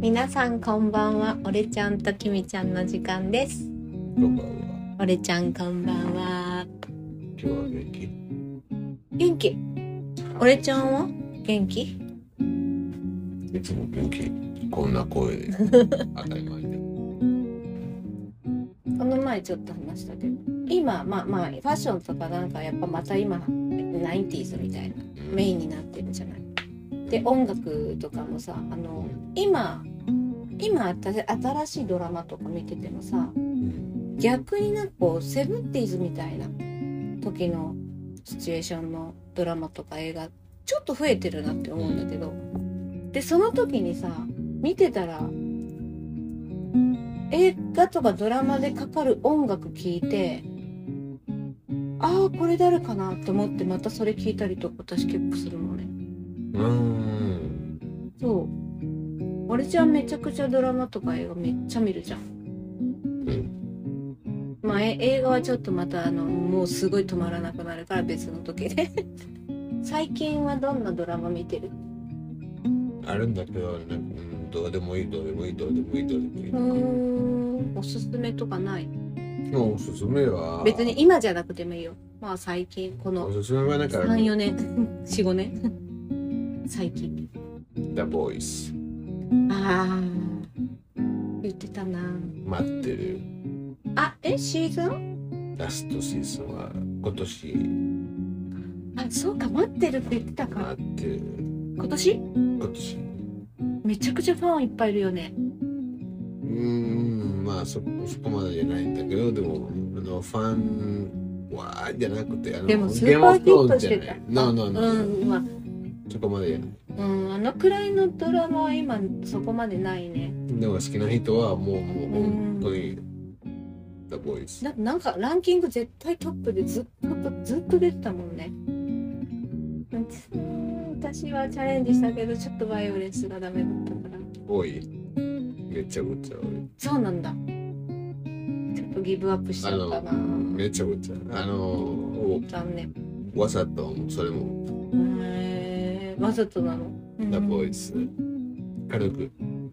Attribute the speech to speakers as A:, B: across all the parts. A: 皆さんこんばんは。俺ちゃんときみちゃんの時間です。
B: こんばんは。
A: 俺ちゃんこんばんは。
B: 今日は元気。
A: 元気。俺ちゃんは元気？
B: いつも元気。こんな声で。当たり前で。
A: この前ちょっと話したけど、今まあまあファッションとかなんかやっぱまた今ナインティーズみたいなメインになってるじゃない。で音楽とかもさあの今今新しいドラマとか見ててもさ。
B: うん。
A: 逆になんかこうセブンティーズみたいな時のシチュエーションのドラマとか映画ちょっと増えてるなって思うんだけどでその時にさ見てたら映画とかドラマでかかる音楽聴いてああこれ誰かなって思ってまたそれ聴いたりとか私結構するのね
B: うーん。
A: そう俺ちゃんめちゃくちゃドラマとか映画めっちゃ見るじゃん
B: うん。
A: まあ、え映画はちょっとまたあのもうすごい止まらなくなるから別の時 で最近はどんなドラマ見てる
B: あるんだけど、ね、うん、どうでもいい、どうでもいい、どうでもいい、どうでもいい。
A: んおすすめとかない
B: 今日おすすめは。
A: 別に。今じゃなくてもいいよまあ最近こ
B: お
A: の
B: すすめはなんか。
A: 34年45年 最近
B: The Voice。
A: ああ言ってたな
B: 待ってる。
A: あえシーズン
B: ラストシーズンは今年
A: あそうか待ってるって言ってたか
B: 待ってる。
A: 今年
B: 今年。
A: めちゃくちゃファンいっぱいいるよね
B: うーんまあそそこまでじゃないんだけどでもあのファンはじゃなくてあの
A: でもスーパーヒットして
B: ゲームオブスローンじゃ
A: た
B: ない No, no, no.
A: うんまあ
B: そこまでじゃない
A: うん、あのくらいのドラマは今そこまでないね。
B: でも好きな人はもうもう本当に The Voice
A: ななんかランキング絶対トップでずっとずっと出てたもんね。うん私はチャレンジしたけどちょっとバイオレンスがダメだったから。
B: 多いめちゃくちゃ多い
A: そうなんだ。ちょっとギブアップしちゃったな
B: あ。めちゃくちゃあの
A: 残念。
B: わざとそれも
A: へえわざとなの。
B: The
A: イ
B: Voice 軽く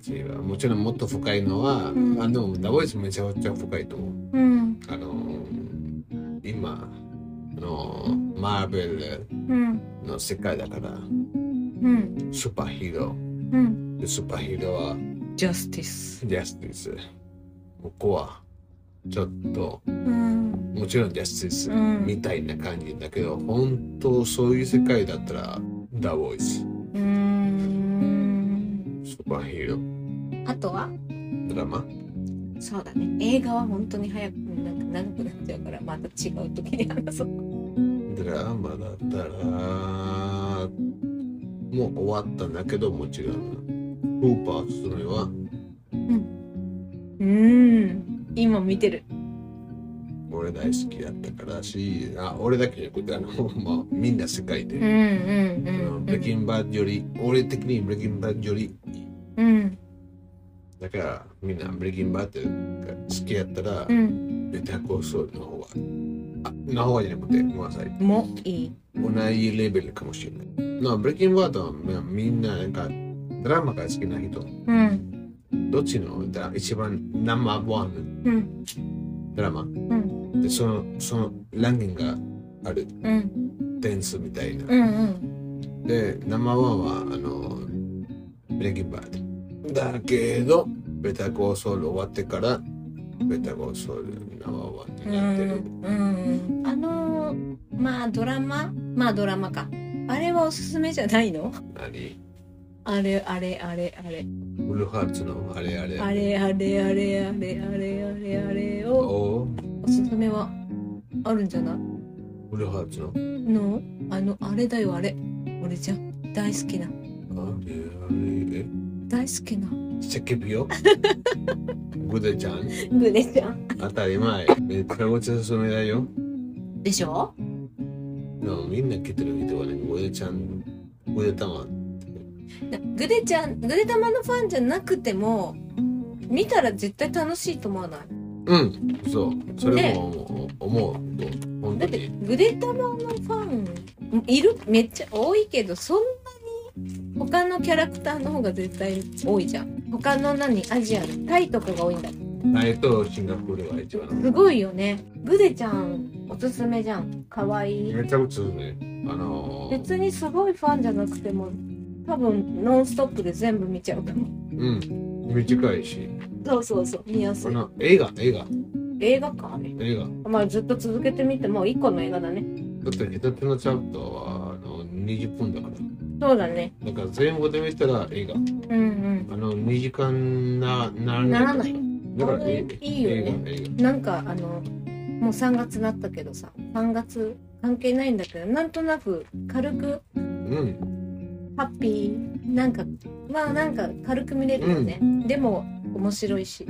B: 違うもちろんもっと深いのは、
A: うん
B: あでも The Voice めちゃくちゃ深いと思う
A: うん
B: あのー今あのーマーベル
A: うん
B: の世界だから
A: うん
B: スーパーヒーロ
A: うん。
B: ーでスーパーヒーローは
A: ジャスティス。
B: ジャスティスここはちょっと
A: うん
B: もちろんジャスティス
A: うん
B: みたいな感じだけど、本当そういう世界だったらダボイス
A: うーん。
B: スーパーヒーロー
A: あとは
B: ドラマ
A: そうだね映画は本当に早くなんか長くなっちゃうからまた違う時に話そう
B: ドラマだったらもう終わったんだけどもちろんウーパーするのは
A: うん今見てる
B: 俺大好きだったからしあ俺だけじゃなくてあの、まあ、みんな世界
A: うんう
B: で、
A: んう
B: あの
A: ん
B: ブレイキンバッドより俺的にブレイキンバッドよりいい
A: うん
B: だからみんなブレイキンバッドが好きやったら、
A: うん
B: ベタコーソールの方があの方がじゃなくてごめんなさい
A: もいい
B: 同じレベルかもしれないなブレイキンバッドはまあみんななんかドラマが好きな人
A: うん
B: どっちのだ一番ナンバーワン
A: うん
B: ドラマ
A: うん
B: でそのそのランキングがある
A: うん
B: 点数みたいな
A: うんうん
B: で、ナンバーワンは、あの、ブレイキンバード。だけど、ベタコーソウル終わってから、ベタコーソウルナンバーワンになってる。
A: うんあのーまあドラマまあドラマかあれはおすすめじゃないの
B: 何
A: あれあれあれあれ
B: ブルーハーツのあれあれ。
A: あれあれあれあれあれあれあれを
B: お
A: おすすめはあるんじゃない
B: ブルーハーツの
A: のあのあれだよあれ俺じゃん大好きな
B: あれあれ。え
A: 大好きな
B: セケビオグデちゃん
A: グレちゃん
B: 当たり前。めちゃくちゃ勧めだよ。
A: でしょ
B: でもみんな来てる人はね、グデちゃん、グデタマン。
A: グレちゃんグレ玉のファンじゃなくても見たら絶対楽しいと思わない
B: うん、そう。それも思う。思う本
A: だ
B: 当
A: って
B: に。
A: グレ玉のファンいるめっちゃ多いけどそんなに他のキャラクターの方が絶対多いじゃん他の何アジアのタイとかが多いんだって
B: タイとシンガポールが一番
A: すごいよねグデちゃんおすすめじゃんかわいい
B: めちゃくちゃねあのー
A: 別にすごいファンじゃなくても多分ノンストップで全部見ちゃうかも
B: うん短いし
A: そうそうそう見やす
B: こ
A: い
B: の映画映画
A: 映画かあれ
B: 映画だ
A: まあずっと続けてみてもう一個の映画だね
B: って下手のチャプターはあの20分だか
A: そうだね
B: らだから全部で見たら映画
A: うん
B: あの2時間なな
A: うんならない
B: だから映画
A: いいよね
B: 映画映
A: なんかあのもう3月なったけどさ3月関係ないんだけどなんとなく軽く
B: 画うん
A: ハッピーなんかまあなんか軽く見れるよね、でも面白いし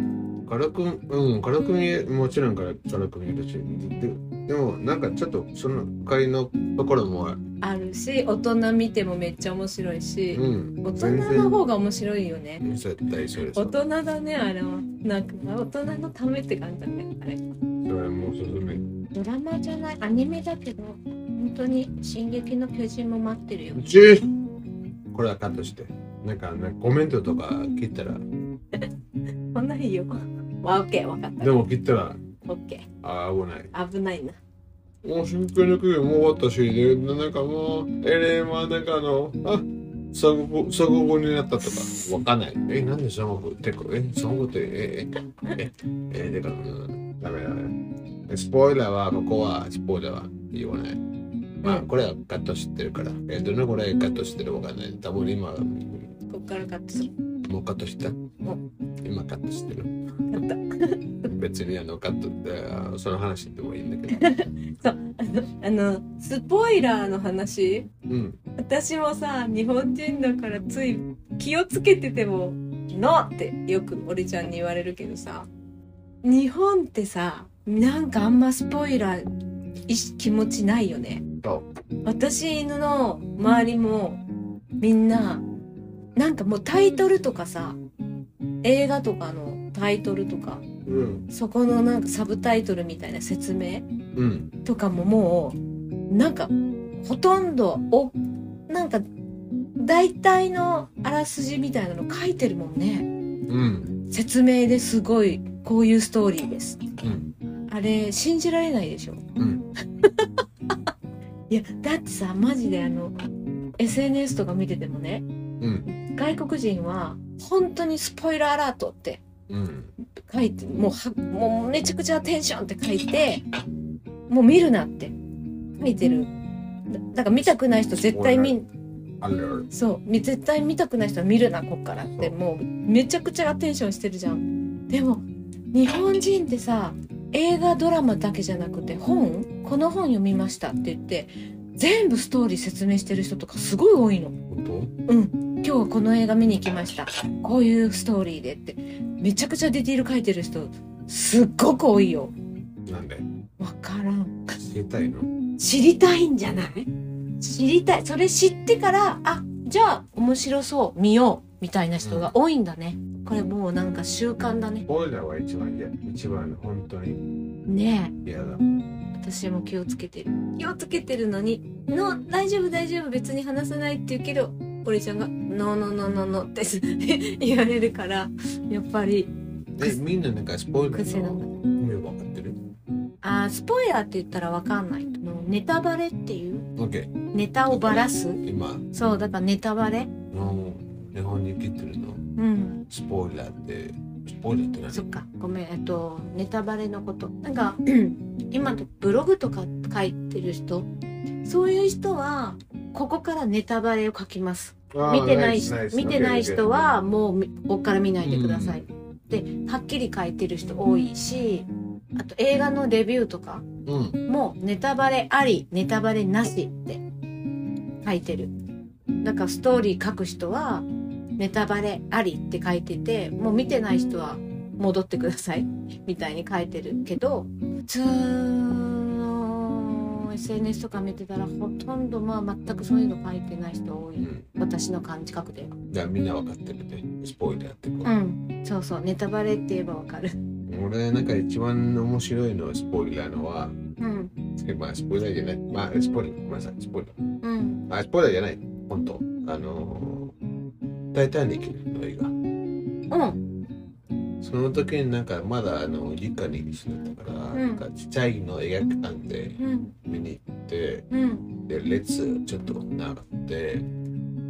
B: 軽くうん軽く見えもちろん軽く見えるしででもなんかちょっとその回のところもある
A: あるし大人見てもめっちゃ面白いし、
B: うん
A: 大人の方が面白いよね
B: 絶対それそ
A: 大
B: れ
A: 人だねあれはなんか大人のためって感じだねあれ
B: それもうすすめ
A: ドラマじゃないアニメだけど本当に「進撃の巨人」も待ってるよ
B: うちこれはカットしてなんかねコメントとか聞いたら
A: 来ない よわオッケーわかった
B: でも聞いたら
A: オッケー
B: あー危ない
A: 危ないな
B: もう真剣の首もう終わったしでなんかもうエレンはなんかあのあ作語作語になったとかわかんないえなんで作語ってこえ作語ってえええええでかうんダメダメスポイラーはここはスポイラーは言わないまあ
A: うん
B: これはカットしてるからえどのぐらいカットしてるかわかんない多分今
A: こっからカットする
B: もうカットした今カットしてる
A: カット
B: 別にあのカットってその話でもいいんだ けど
A: あのスポイラーの話
B: うん
A: 私もさ日本人だからつい気をつけてても「の」ってよくオリちゃんに言われるけどさ日本ってさなんかあんまスポイラー意識気持ちないよね
B: そ
A: 私犬の周りもみんななんかもうタイトルとかさ映画とかのタイトルとか
B: うん
A: そこのなんかサブタイトルみたいな説明
B: うん
A: とかももうなんかほとんどおなんか大体のあらすじみたいなの書いてるもんね
B: うん
A: 説明ですごいこういうストーリーです
B: うん
A: あれ信じられないでしょ
B: うん
A: いやだってさマジであの SNS とか見ててもね
B: うん
A: 外国人は本当にスポイラーアラートって
B: うん
A: 書いてもうはもうめちゃくちゃテンションって書いてもう見るなって書いてるだだから見たくない人絶対見ん
B: ある
A: そうみ絶対見たくない人は見るなこっからって
B: そう
A: もうめちゃくちゃテンションしてるじゃんでも日本人ってさ映画ドラマだけじゃなくて本この本読みましたって言って全部ストーリー説明してる人とかすごい多いの
B: 本
A: うん今日はこの映画見に行きましたこういうストーリーでってめちゃくちゃディティール書いてる人すっごく多いよ
B: 当なんで
A: わからん
B: 知りたいの
A: 知りたいんじゃない知りたいそれ知ってからあじゃあ面白そう見ようみたいな人が多いんだね、これもうなんか習慣だね
B: ボイラーは一番嫌一番本当に
A: ねえ
B: 嫌だ
A: 私も気をつけてる気をつけてるのに「の大丈夫大丈夫別に話さない」って言うけど俺ちゃんが「ノーノーノーノーノー」って 言われるからやっぱり
B: えみんななんかスポイラ
A: 癖
B: ー
A: なん
B: の
A: だ
B: 意味分かってる
A: あースポイラーって言ったらわかんないのネタバレっていう
B: ?OK
A: ネタをばらす
B: 今
A: そうだからネタバレ
B: の日本に来てるの
A: うん
B: スポイラーってスポイラーって何
A: そっかごめんえっとネタバレのことなんか今とブログとか書いてる人そういう人はここからネタバレを書きます
B: あー
A: 見てな
B: ナ
A: い
B: イスナイス
A: 見てない人
B: OK
A: はもうみここから見ないでください、
B: う
A: ではっきり書いてる人多いしあと映画のレビューとか
B: OK うん
A: もうネタバレありネタバレなしって書いてるだからストーリー書く人はネタバレありって書いててもう見てない人は戻ってください みたいに書いてるけど普通の SNS とか見てたらほとんどまあ全くそういうの書いてない人多
B: う
A: い
B: ん
A: 私の感覚で
B: だからみんな分かってるねスポイラーってこ
A: うんそうそうネタバレって言えばわかる
B: う俺なんか一番面白いのはスポイラーのは
A: うん
B: まあスポイラーじゃないまあスポイラーごめんなさいスポイラー
A: うん
B: あ、スポイラーじゃない。本当。あのー、タイタニックの映画。
A: うん
B: その時になんかまだあの理科に住んでたから、
A: うん
B: なんかちっちゃいの映画館で
A: うん
B: 見に行って
A: うん
B: で列ちょっと並んで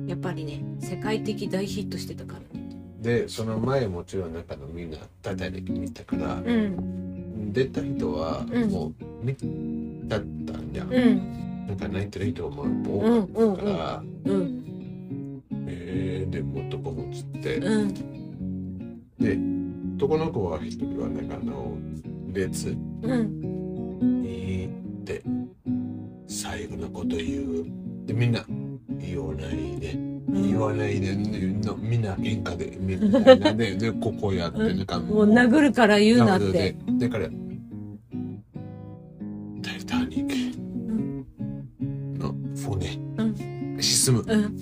A: やっぱりね世界的大ヒットしてたからね
B: でその前もちろんなんかのみんなタタで見たから
A: うん
B: 出た人は
A: うん
B: もう見たったんじゃん、
A: うん
B: なんか泣いてる人も多かったから、
A: うん
B: えー、でも男もつって
A: うん
B: で男の子は一人はなんかあの列
A: うん
B: いいって最後のこと言うでみんな言わないで言わないで、のみんな喧嘩でみたいなででここやってなん か
A: もう殴るから言うなっ
B: なの
A: て
B: でだから「タイタニック」の船、沈む
A: うん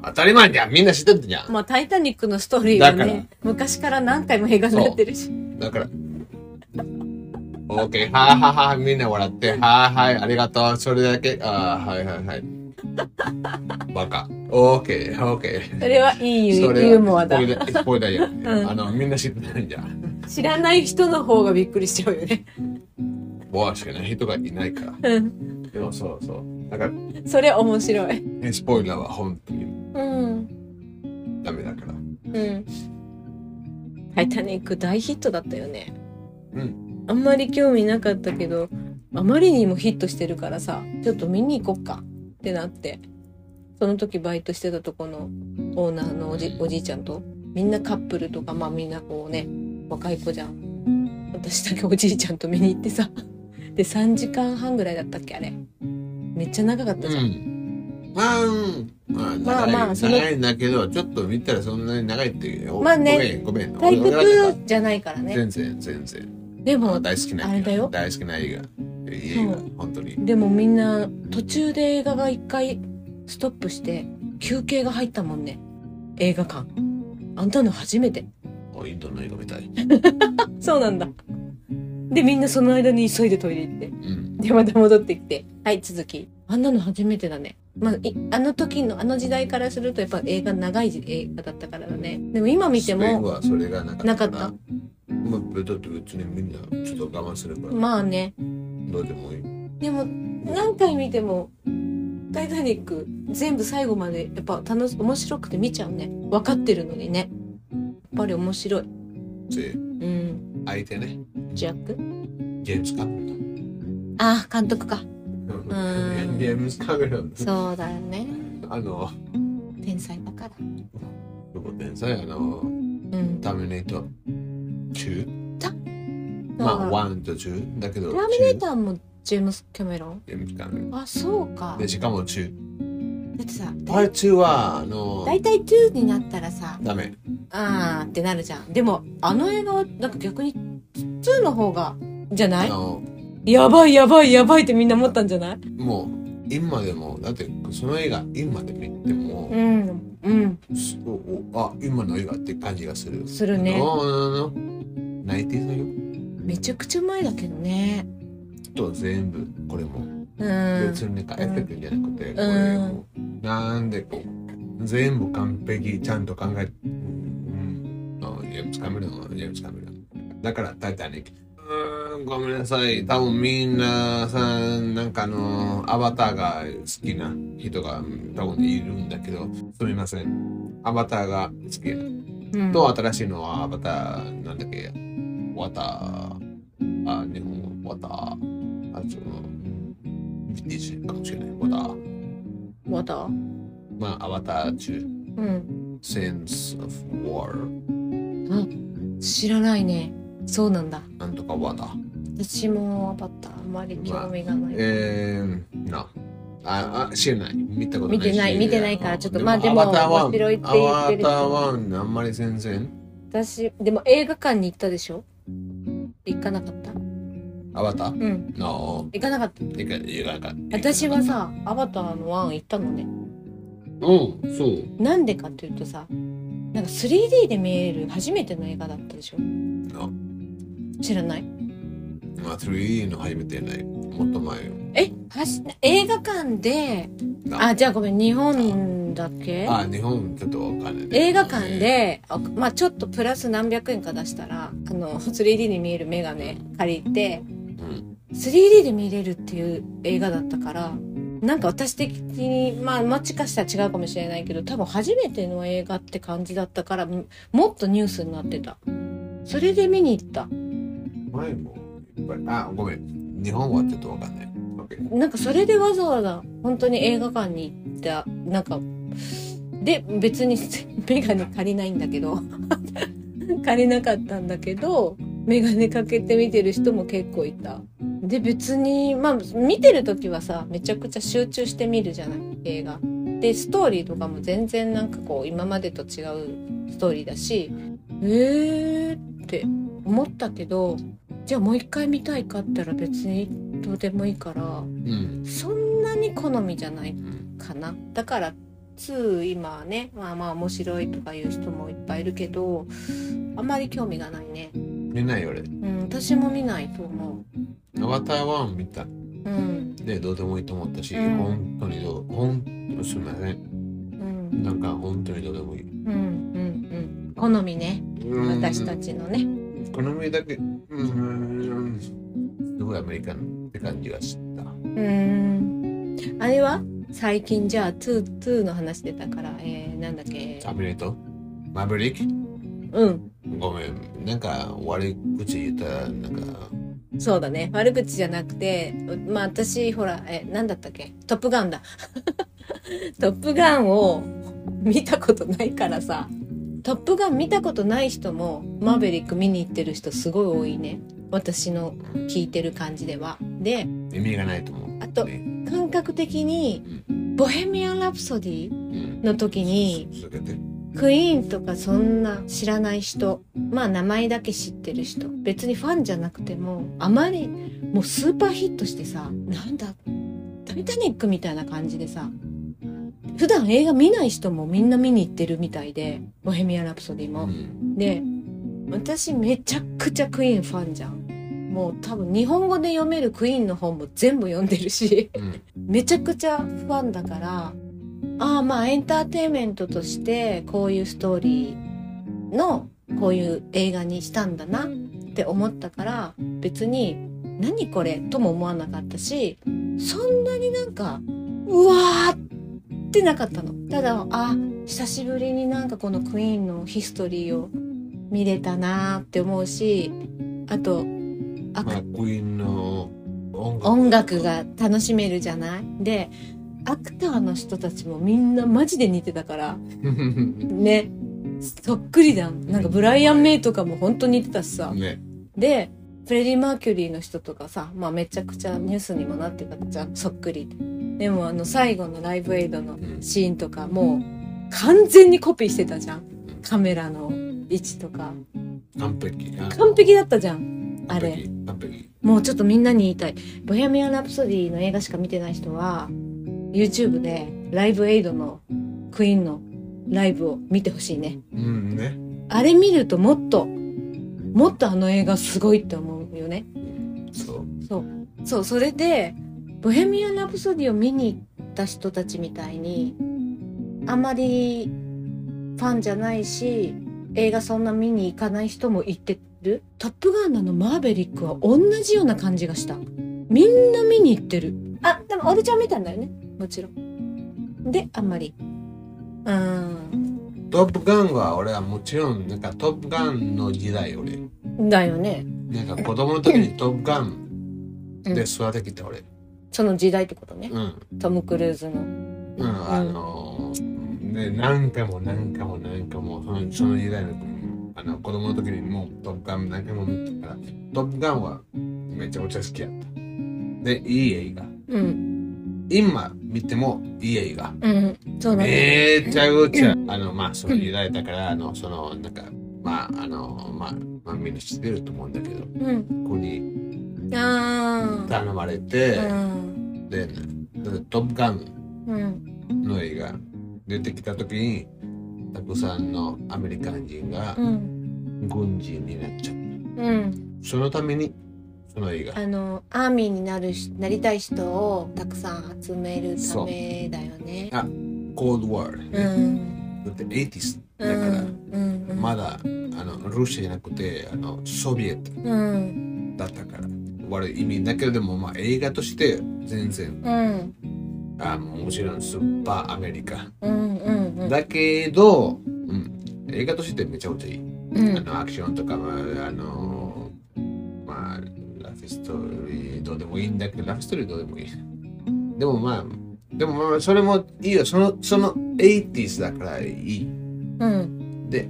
B: 当たり前じゃんみんな知ってんじゃん、
A: まあ「タイタニック」のストーリーは
B: だか
A: ね
B: ら
A: 昔から何回も映画になってるし
B: だから OK はあはあはあみんな笑ってはあはいありがとうそれだけああはいはいはいバカ OK OK
A: それはいいユ
B: それは
A: ユーモアだ
B: スポイラースポイラーやん、
A: うん
B: あのみんな知ってないじゃん
A: 知らない人の方がびっくりしちゃうよね
B: ボアしかない人がいないから
A: うん
B: でもそうそうだから
A: それ面白い
B: えスポイラーは本当に
A: うん
B: ダメだから
A: うん「タイタニック」大ヒットだったよね
B: うん
A: あんまり興味なかったけどあまりにもヒットしてるからさちょっと見に行こっかってなってその時バイトしてたとこのオーナーのおじおじいちゃんとみんなカップルとかまあみんなこうね若い子じゃん私だけお じいちゃんと見に行ってさで3時間半ぐらいだったっけあれめっちゃ長かったじゃん、
B: んまあ、うんまあ、
A: まあ
B: 長い
A: まあその
B: 長いんだけどちょっと見たらそんなに長いっていう
A: まあね
B: ごめんごめ
A: 対
B: ん俺俺は
A: 局じゃないからね
B: 全然全然
A: でも
B: 大好きな
A: あれ
B: 映
A: だよ
B: 画大好きな映画いい映画
A: そう
B: 本当に
A: でもみんな途中で映画が一回ストップして休憩が入ったもんね映画館あんたの初めて
B: おインドの映画みたい
A: そうなんだでみんなその間に急いでトイレ行って
B: うん
A: でまた戻ってきてはい続きあんなの初めてだねまあ、いあの時のあの時代からするとやっぱ映画長い映画だったからだねでも今見て
B: スペイン
A: も
B: はそれがなかった
A: なかった
B: まあだって別にみんなちょっと我慢すれば
A: まあね
B: どうでもいい
A: でも何回見ても「タイタニック」全部最後までやっぱ楽し面白くて見ちゃうね分かってるのにねやっぱり面白い
B: で
A: うん
B: 相手ね
A: ジャック
B: ジェームス・カメ
A: ああ監督か
B: ラ
A: う
B: ン
A: ん
B: ジェームス・カメラン
A: そうだよね
B: あの
A: 天才だから
B: 僕天才あの
A: うん
B: ターミネート2ま
A: ま
B: あ
A: あ
B: 1と2だけど
A: ラミネーターもジェームス・キャメロン
B: 2ジェームス・カメラン
A: あそうかだ
B: でしかも2
A: ってさ
B: パート2はあの
A: 大体2になったらさ
B: ダメ
A: あーってなるじゃんでもあの映画はなんか逆に2の方がじゃな
B: あ
A: い
B: の
A: やばいやばいやばいってみんな思ったんじゃない
B: もう今でもだってその映画今で見ても、
A: うんうん
B: すおおあ今の映画って感じがする。
A: するね
B: おお泣いてたよ。
A: めちゃくちゃ前だけどね
B: と全部これも、
A: うん
B: 別になんかエフェクトじゃなくて、これもなんでこう全部完璧ちゃんと考えて、うん、あジェームスカメランジェームスカメランだからタイタニック。うーんごめんなさい多分みんなさなんかあのアバターが好きな人が多分いるんだけどすみませんアバターが好きな
A: うん
B: と新しいのはまたなんだっけワタあ日本語ワタあそのビティッシュかもしれないワタ
A: また
B: まあアバター中
A: うん
B: Sense of War
A: 知らないねそうなんだ
B: なんとかワタ
A: 私もバッターあんまり興味がない、
B: えー、なああ知らない見たことない
A: 見てない見てないからちょっとまあでも
B: アバターは
A: 面白いって言ってる
B: アバターはあんまり全然
A: 私でも映画館に行ったでしょ行かなかった
B: アバター
A: うん
B: の
A: 行かなかった
B: いかいかが
A: 私はさアバターのワン行ったのね
B: うんそう
A: なんでかっていうとさなんか 3D で見える初めての映画だったでしょ
B: あ
A: 知らない
B: まあ 3D の初めてないもっと前よ
A: えはし映画館で
B: な
A: あじゃあごめん日本だっけ
B: あ日本ちょっとわかんない
A: 映画館で、あまあ、ちょっとプラス何百円か出したらあの 3D に見えるメガネ借りて
B: うん、
A: 3D で見れるっていう映画だったからなんか私的にまあ間違かしたら違うかもしれないけど多分初めての映画って感じだったからももっとニュースになってたそれで見に行った
B: 前もいっぱいあごめん日本はちょっとわかんないオッケー
A: なんかそれでわざわざ本当に映画館に行ったなんかで別に メガネ借りないんだけど 借りなかったんだけどメガネかけて見てる人も結構いたで別にまあ見てる時はさめちゃくちゃ集中して見るじゃない映画でストーリーとかも全然なんかこう今までと違うストーリーだしえーって思ったけどじゃあもう一回見たいかったら別にどうでもいいから
B: うん
A: そんなに好みじゃない
B: うん
A: かなだから2今はねまあまあ面白いとかいう人もいっぱいいるけどあまり興味がないね
B: 見ないよ俺
A: うん私も見ないと思
B: アバター1見た
A: ううん
B: でどうでもいいと思ったし、
A: うん
B: 本当にどうほんすみません
A: うん
B: なんか本当にどうでもいい
A: うんうんうん好みね
B: うん
A: 私たちのね
B: 好みだけうんすごいアメリカンって感じがした
A: うんあれは最近じゃあ2 2の話出たからえー、なんだっけ
B: ターミネートマブリッ
A: うん
B: クごめんなんか悪い口言ったらなんか
A: そうだね悪口じゃなくてまあ私ほらえなんだったっけ「トップガン」だ 「トップガン」を見たことないからさ「トップガン」見たことない人もマーベリック見に行ってる人すごい多いね私の聞いてる感じではで
B: 意味がないと思う
A: あと
B: ね
A: 感覚的に「ボヘミアン・ラプソディ」
B: うん
A: の時に
B: 続けて
A: クイーンとかそんな知らない人まあ名前だけ知ってる人別にファンじゃなくてもあまりもうスーパーヒットしてさなんだ「タイタニック」みたいな感じでさ普段映画見ない人もみんな見に行ってるみたいで「ボヘミアン・ラプソディ」
B: う
A: も。
B: ん
A: で私めちゃくちゃクイーンファンじゃん。もう多分日本語で読めるクイーンの本も全部読んでるし。
B: うん
A: めちゃくちゃ不安だからああまあエンターテインメントとしてこういうストーリーのこういう映画にしたんだなって思ったから別に何これとも思わなかったしそんなになんかうわーってなかったのただあ久しぶりになんかこのクイーンのヒストリーを見れたなーって思うしあとあ
B: まあクイーンの音楽
A: 音楽が楽しめるじゃないでアクターの人たちもみんなマジで似てたからねそっくりだんなんかブライアン・メイとかも本当に似てたしさ
B: ね
A: でフレディ・マーキュリーの人とかさ、まあ、めちゃくちゃニュースにもなってたじゃんそっくりででもあの最後のライブエイドの
B: うん
A: シーンとかもう完全にコピーしてたじゃんカメラの位置とか
B: 完璧
A: 完璧だったじゃんあれ
B: 完璧
A: もうちょっとみんなに言いたい。ボヘミアン・ラプソディの映画しか見てない人は、YouTube でライブエイドのクイーンのライブを見てほしいね。
B: うんね
A: あれ見るともっと、もっとあの映画すごいって思うよね。
B: そう
A: そう、それで、ボヘミアン・ラプソディを見に行った人たちみたいに、あまりファンじゃないし、映画そんな見に行かない人も行ってる。トップガンなのマーベリックは同じような感じがした。みんな見に行ってる。あ、でも俺ちゃん見たんだよね。もちろん。で、あんまり。うーん。
B: トップガンは俺はもちろんなんかトップガンの時代俺
A: だよね。
B: なんか子供の時にトップガン
A: うん
B: で育ててきた俺
A: その時代ってことね。
B: うん
A: トム・クルーズの。
B: うんあのーね何回も何回も何回もそのその時代のあの子供の時にもうトップガン何回も見たからトップガンはめちゃくちゃ好きやったでいい映画
A: うん。
B: 今見てもいい映画
A: うん。そうだね。
B: めちゃくちゃ、あの、まあ、その由来だから、あの、その、なんか、まあ、あの、まあ、まあ、みんな知ってると思うんだけど、こ
A: うん。
B: こに
A: あー。
B: 頼まれて、
A: うん。
B: で、でトップガン
A: うん。
B: の映画出てきた時に、たくさんのアメリカン人が
A: うん。
B: 軍人になっちゃう。
A: うん。
B: そのために、そ花井が
A: あのアーミーになるしなりたい人をたくさん集めるためだよね。
B: Cold War
A: う
B: ね、
A: ん、
B: だって80
A: う
B: だから、
A: ん、うん、
B: まだあのロシアじゃなくてあのソビエト
A: うん、
B: だったから悪い意味だけれども、まあ、映画として全然
A: うん、
B: あもちろんスーパーアメリカ
A: うん、うん、うん、
B: だけど、うん、映画としてめちゃくちゃいい、
A: うん
B: あ、のアクションとかまああのまあラフストーリーどうでもいいんだけどラフストーリーどうでもいいでもまあでもまあそれもいいよそのその 80s だからいい
A: うん、
B: で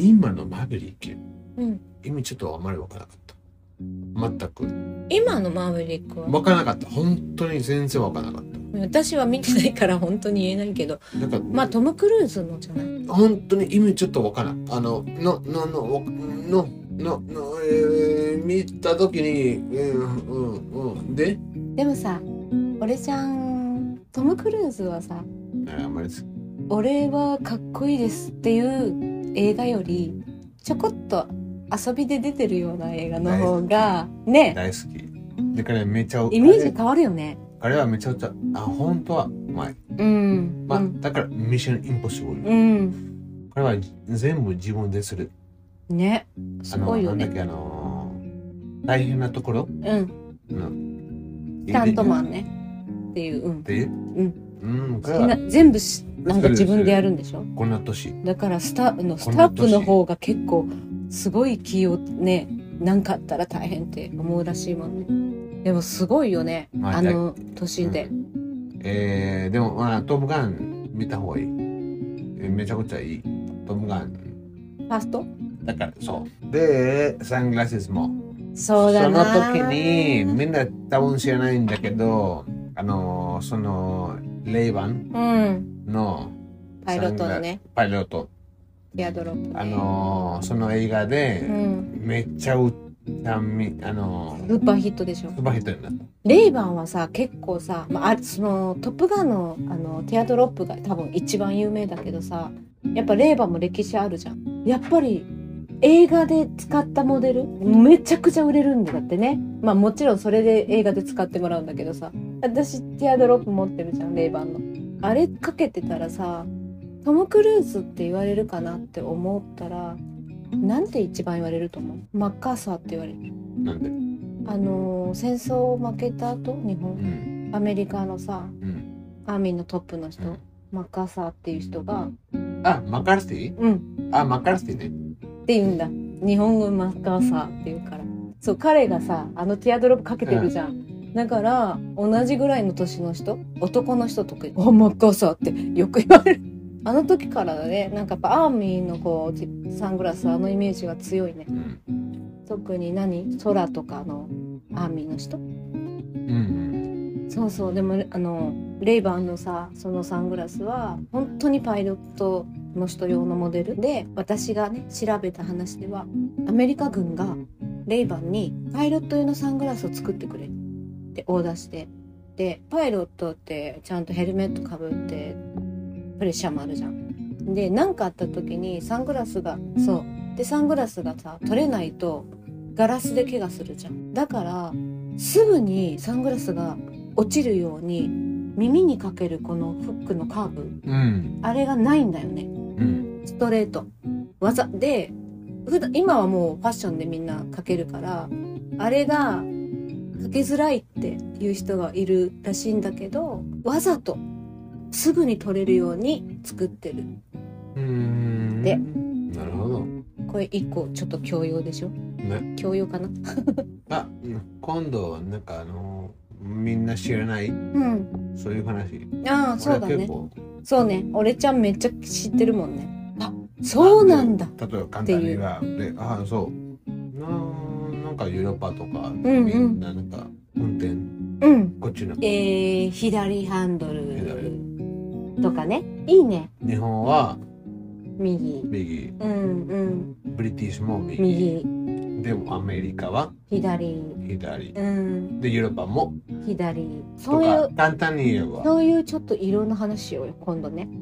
B: 今のマーヴェリック
A: うん。
B: 意味ちょっとあんまり分からなかった全く
A: 今のマーヴェリックは
B: 分からなかった本当に全然分からなかった
A: 私は見てないから本当に言えないけど、
B: なんか
A: まあトム・クルーズのじゃない。
B: 本当に意味ちょっとわからん。あの、の、の、の、わの、の、の、えー、見たときに、うん、うん、うん。で、
A: でもさ、俺ちゃんトム・クルーズはさ、
B: あんまりです。
A: 俺はかっこいいですっていう映画よりちょこっと遊びで出てるような映画の方がね
B: 大好き。だからめちゃ、
A: イメージ変わるよね
B: あれはめちゃくちゃ、あ、本当は、まあ、
A: うん
B: まあ、
A: うん
B: だから、ミッションインポッシブル。
A: うん
B: これは全部自分でする。
A: ね
B: あ
A: す
B: の、
A: ごいよ
B: なんだっ
A: ね
B: け、あのー、大変なところ
A: うん
B: の、
A: スタントマ
B: ン。っ
A: ンねっていううん
B: ていううん。うん、
A: みんな
B: が、
A: 全部しなんか自分でやるんでしょ
B: こんな年。
A: だからスタあの
B: こ
A: ス
B: ん
A: タ
B: な
A: ッフの方が結構すごい気をねなんかあったら大変って思うらしいもんねでもすごいよね
B: まあ
A: あの年で
B: えー、でも、まあ、トム・ガン見た方がいい。えーめちゃくちゃいい。トム・ガン。
A: ファースト
B: だから、そう。で、サングラスも。
A: そうだな
B: その時に、みんな多分知らないんだけど、あの、その、レイバン
A: うん、
B: の
A: パイロットのね、
B: パイロット。
A: ティアドロップ、ね。
B: あの、その映画
A: う
B: で、
A: ん、
B: めっちゃうたみ、あの、
A: スーパーヒットでしょ
B: ス。ーパーヒットになった。
A: レイバンはさ、結構さ、まああ、そのトップガンのあのティアドロップが多分一番有名だけどさ、やっぱレイバンも歴史あるじゃん。やっぱり映画で使ったモデル、めちゃくちゃ売れるんだってね。まあもちろんそれで映画で使ってもらうんだけどさ、私ティアドロップ持ってるじゃん、レイバンの。あれかけてたらさ、トム・クルーズって言われるかなって思ったら、なんて一番言われると思うマッカーサーって言われる。
B: なんで。う
A: あのー戦争を負けた後日本
B: ん。
A: アメリカのさ
B: うん。
A: アーミーのトップの人、
B: うん
A: マッカーサーっていう人が
B: あ、マカルティ
A: うん
B: あ、マカルティね。
A: って言うんだ日本語マッカーサーっていうからそう彼がさあのティアドロップかけてるじゃん、だから同じぐらいの年の人男の人とか「あマッカーサー」ってよく言われるあの時からだねなんかやっぱアーミーのこうサングラスあのイメージが強いね
B: うん。
A: 特に何空とかのアーミーの人
B: うん。
A: そうそうでもあのレイバンのさそのサングラスは本当にパイロットの人用のモデルで私がね調べた話ではアメリカ軍がレイバンにパイロット用のサングラスを作ってくれってオーダーしてでパイロットってちゃんとヘルメットかぶってプレッシャーもあるじゃん。で何かあった時にサングラスがそうでサングラスがさ取れないとガラスで怪我するじゃん。だからすぐにサングラスが落ちるように耳にかけるこのフックのカーブ
B: うん。
A: あれがないんだよね
B: うん。
A: ストレート技で普段今はもうファッションでみんなかけるからあれがかけづらいっていう人がいるらしいんだけどわざとすぐに取れるように作ってる
B: うん。
A: で
B: なるほど。
A: これ一個ちょっと教養でしょ
B: ね、
A: 教養かな
B: あ今度なんかあのみんな知らない
A: うん
B: そういう話
A: ああそうだ
B: 俺は
A: ね
B: 結構
A: そうね俺ちゃんめっちゃ知ってるもんねあそうなんだ
B: 例えば簡単にはでああそうななんかヨーロッパとか、
A: うん
B: みんななんか運転
A: うん
B: こっちの
A: えー、左ハンド
B: 左
A: ルとかねいいね
B: 日本は
A: 右
B: 右
A: うんうん
B: ブリティッシュも右
A: 右
B: でもアメリカは
A: 左
B: 左
A: うん
B: でヨーロッパも
A: 左そ
B: と
A: うい
B: か
A: う
B: 簡単に言えば
A: そういうちょっといろんな話をよ今度ね
B: う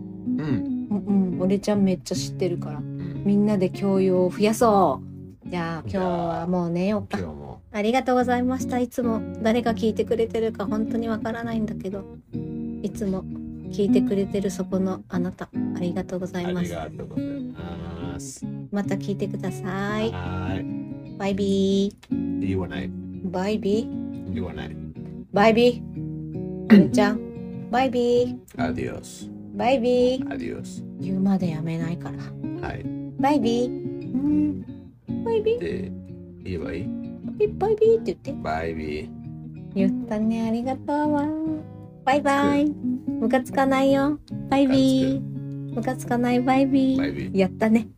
B: ん、
A: うんうん俺ちゃんめっちゃ知ってるから
B: うん、
A: みんなで教養を増やそうじゃあ今日はもう寝ようか
B: 今日も
A: ありがとうございましたいつも誰が聞いてくれてるか本当にわからないんだけどいつも聞いてくれてるそこのあなたありがとうござ
B: あ
A: いま
B: り
A: す
B: がとうございます。
A: また聞いてください
B: は
A: バイビ
B: ーい。言わない。
A: ーバイビー
B: 言わない。
A: バイビーゆうちゃんバイビー
B: アディオス。
A: バイビー
B: アディオス。
A: 言うまでやめないから
B: はい。
A: バイビーうんバイビー
B: で、言えばいい
A: ピッバイビーって言って
B: バイビー。
A: 言ったねありがとうわバイバイムカつかないよバイビームカつかないバイビー
B: バイビー。
A: やったね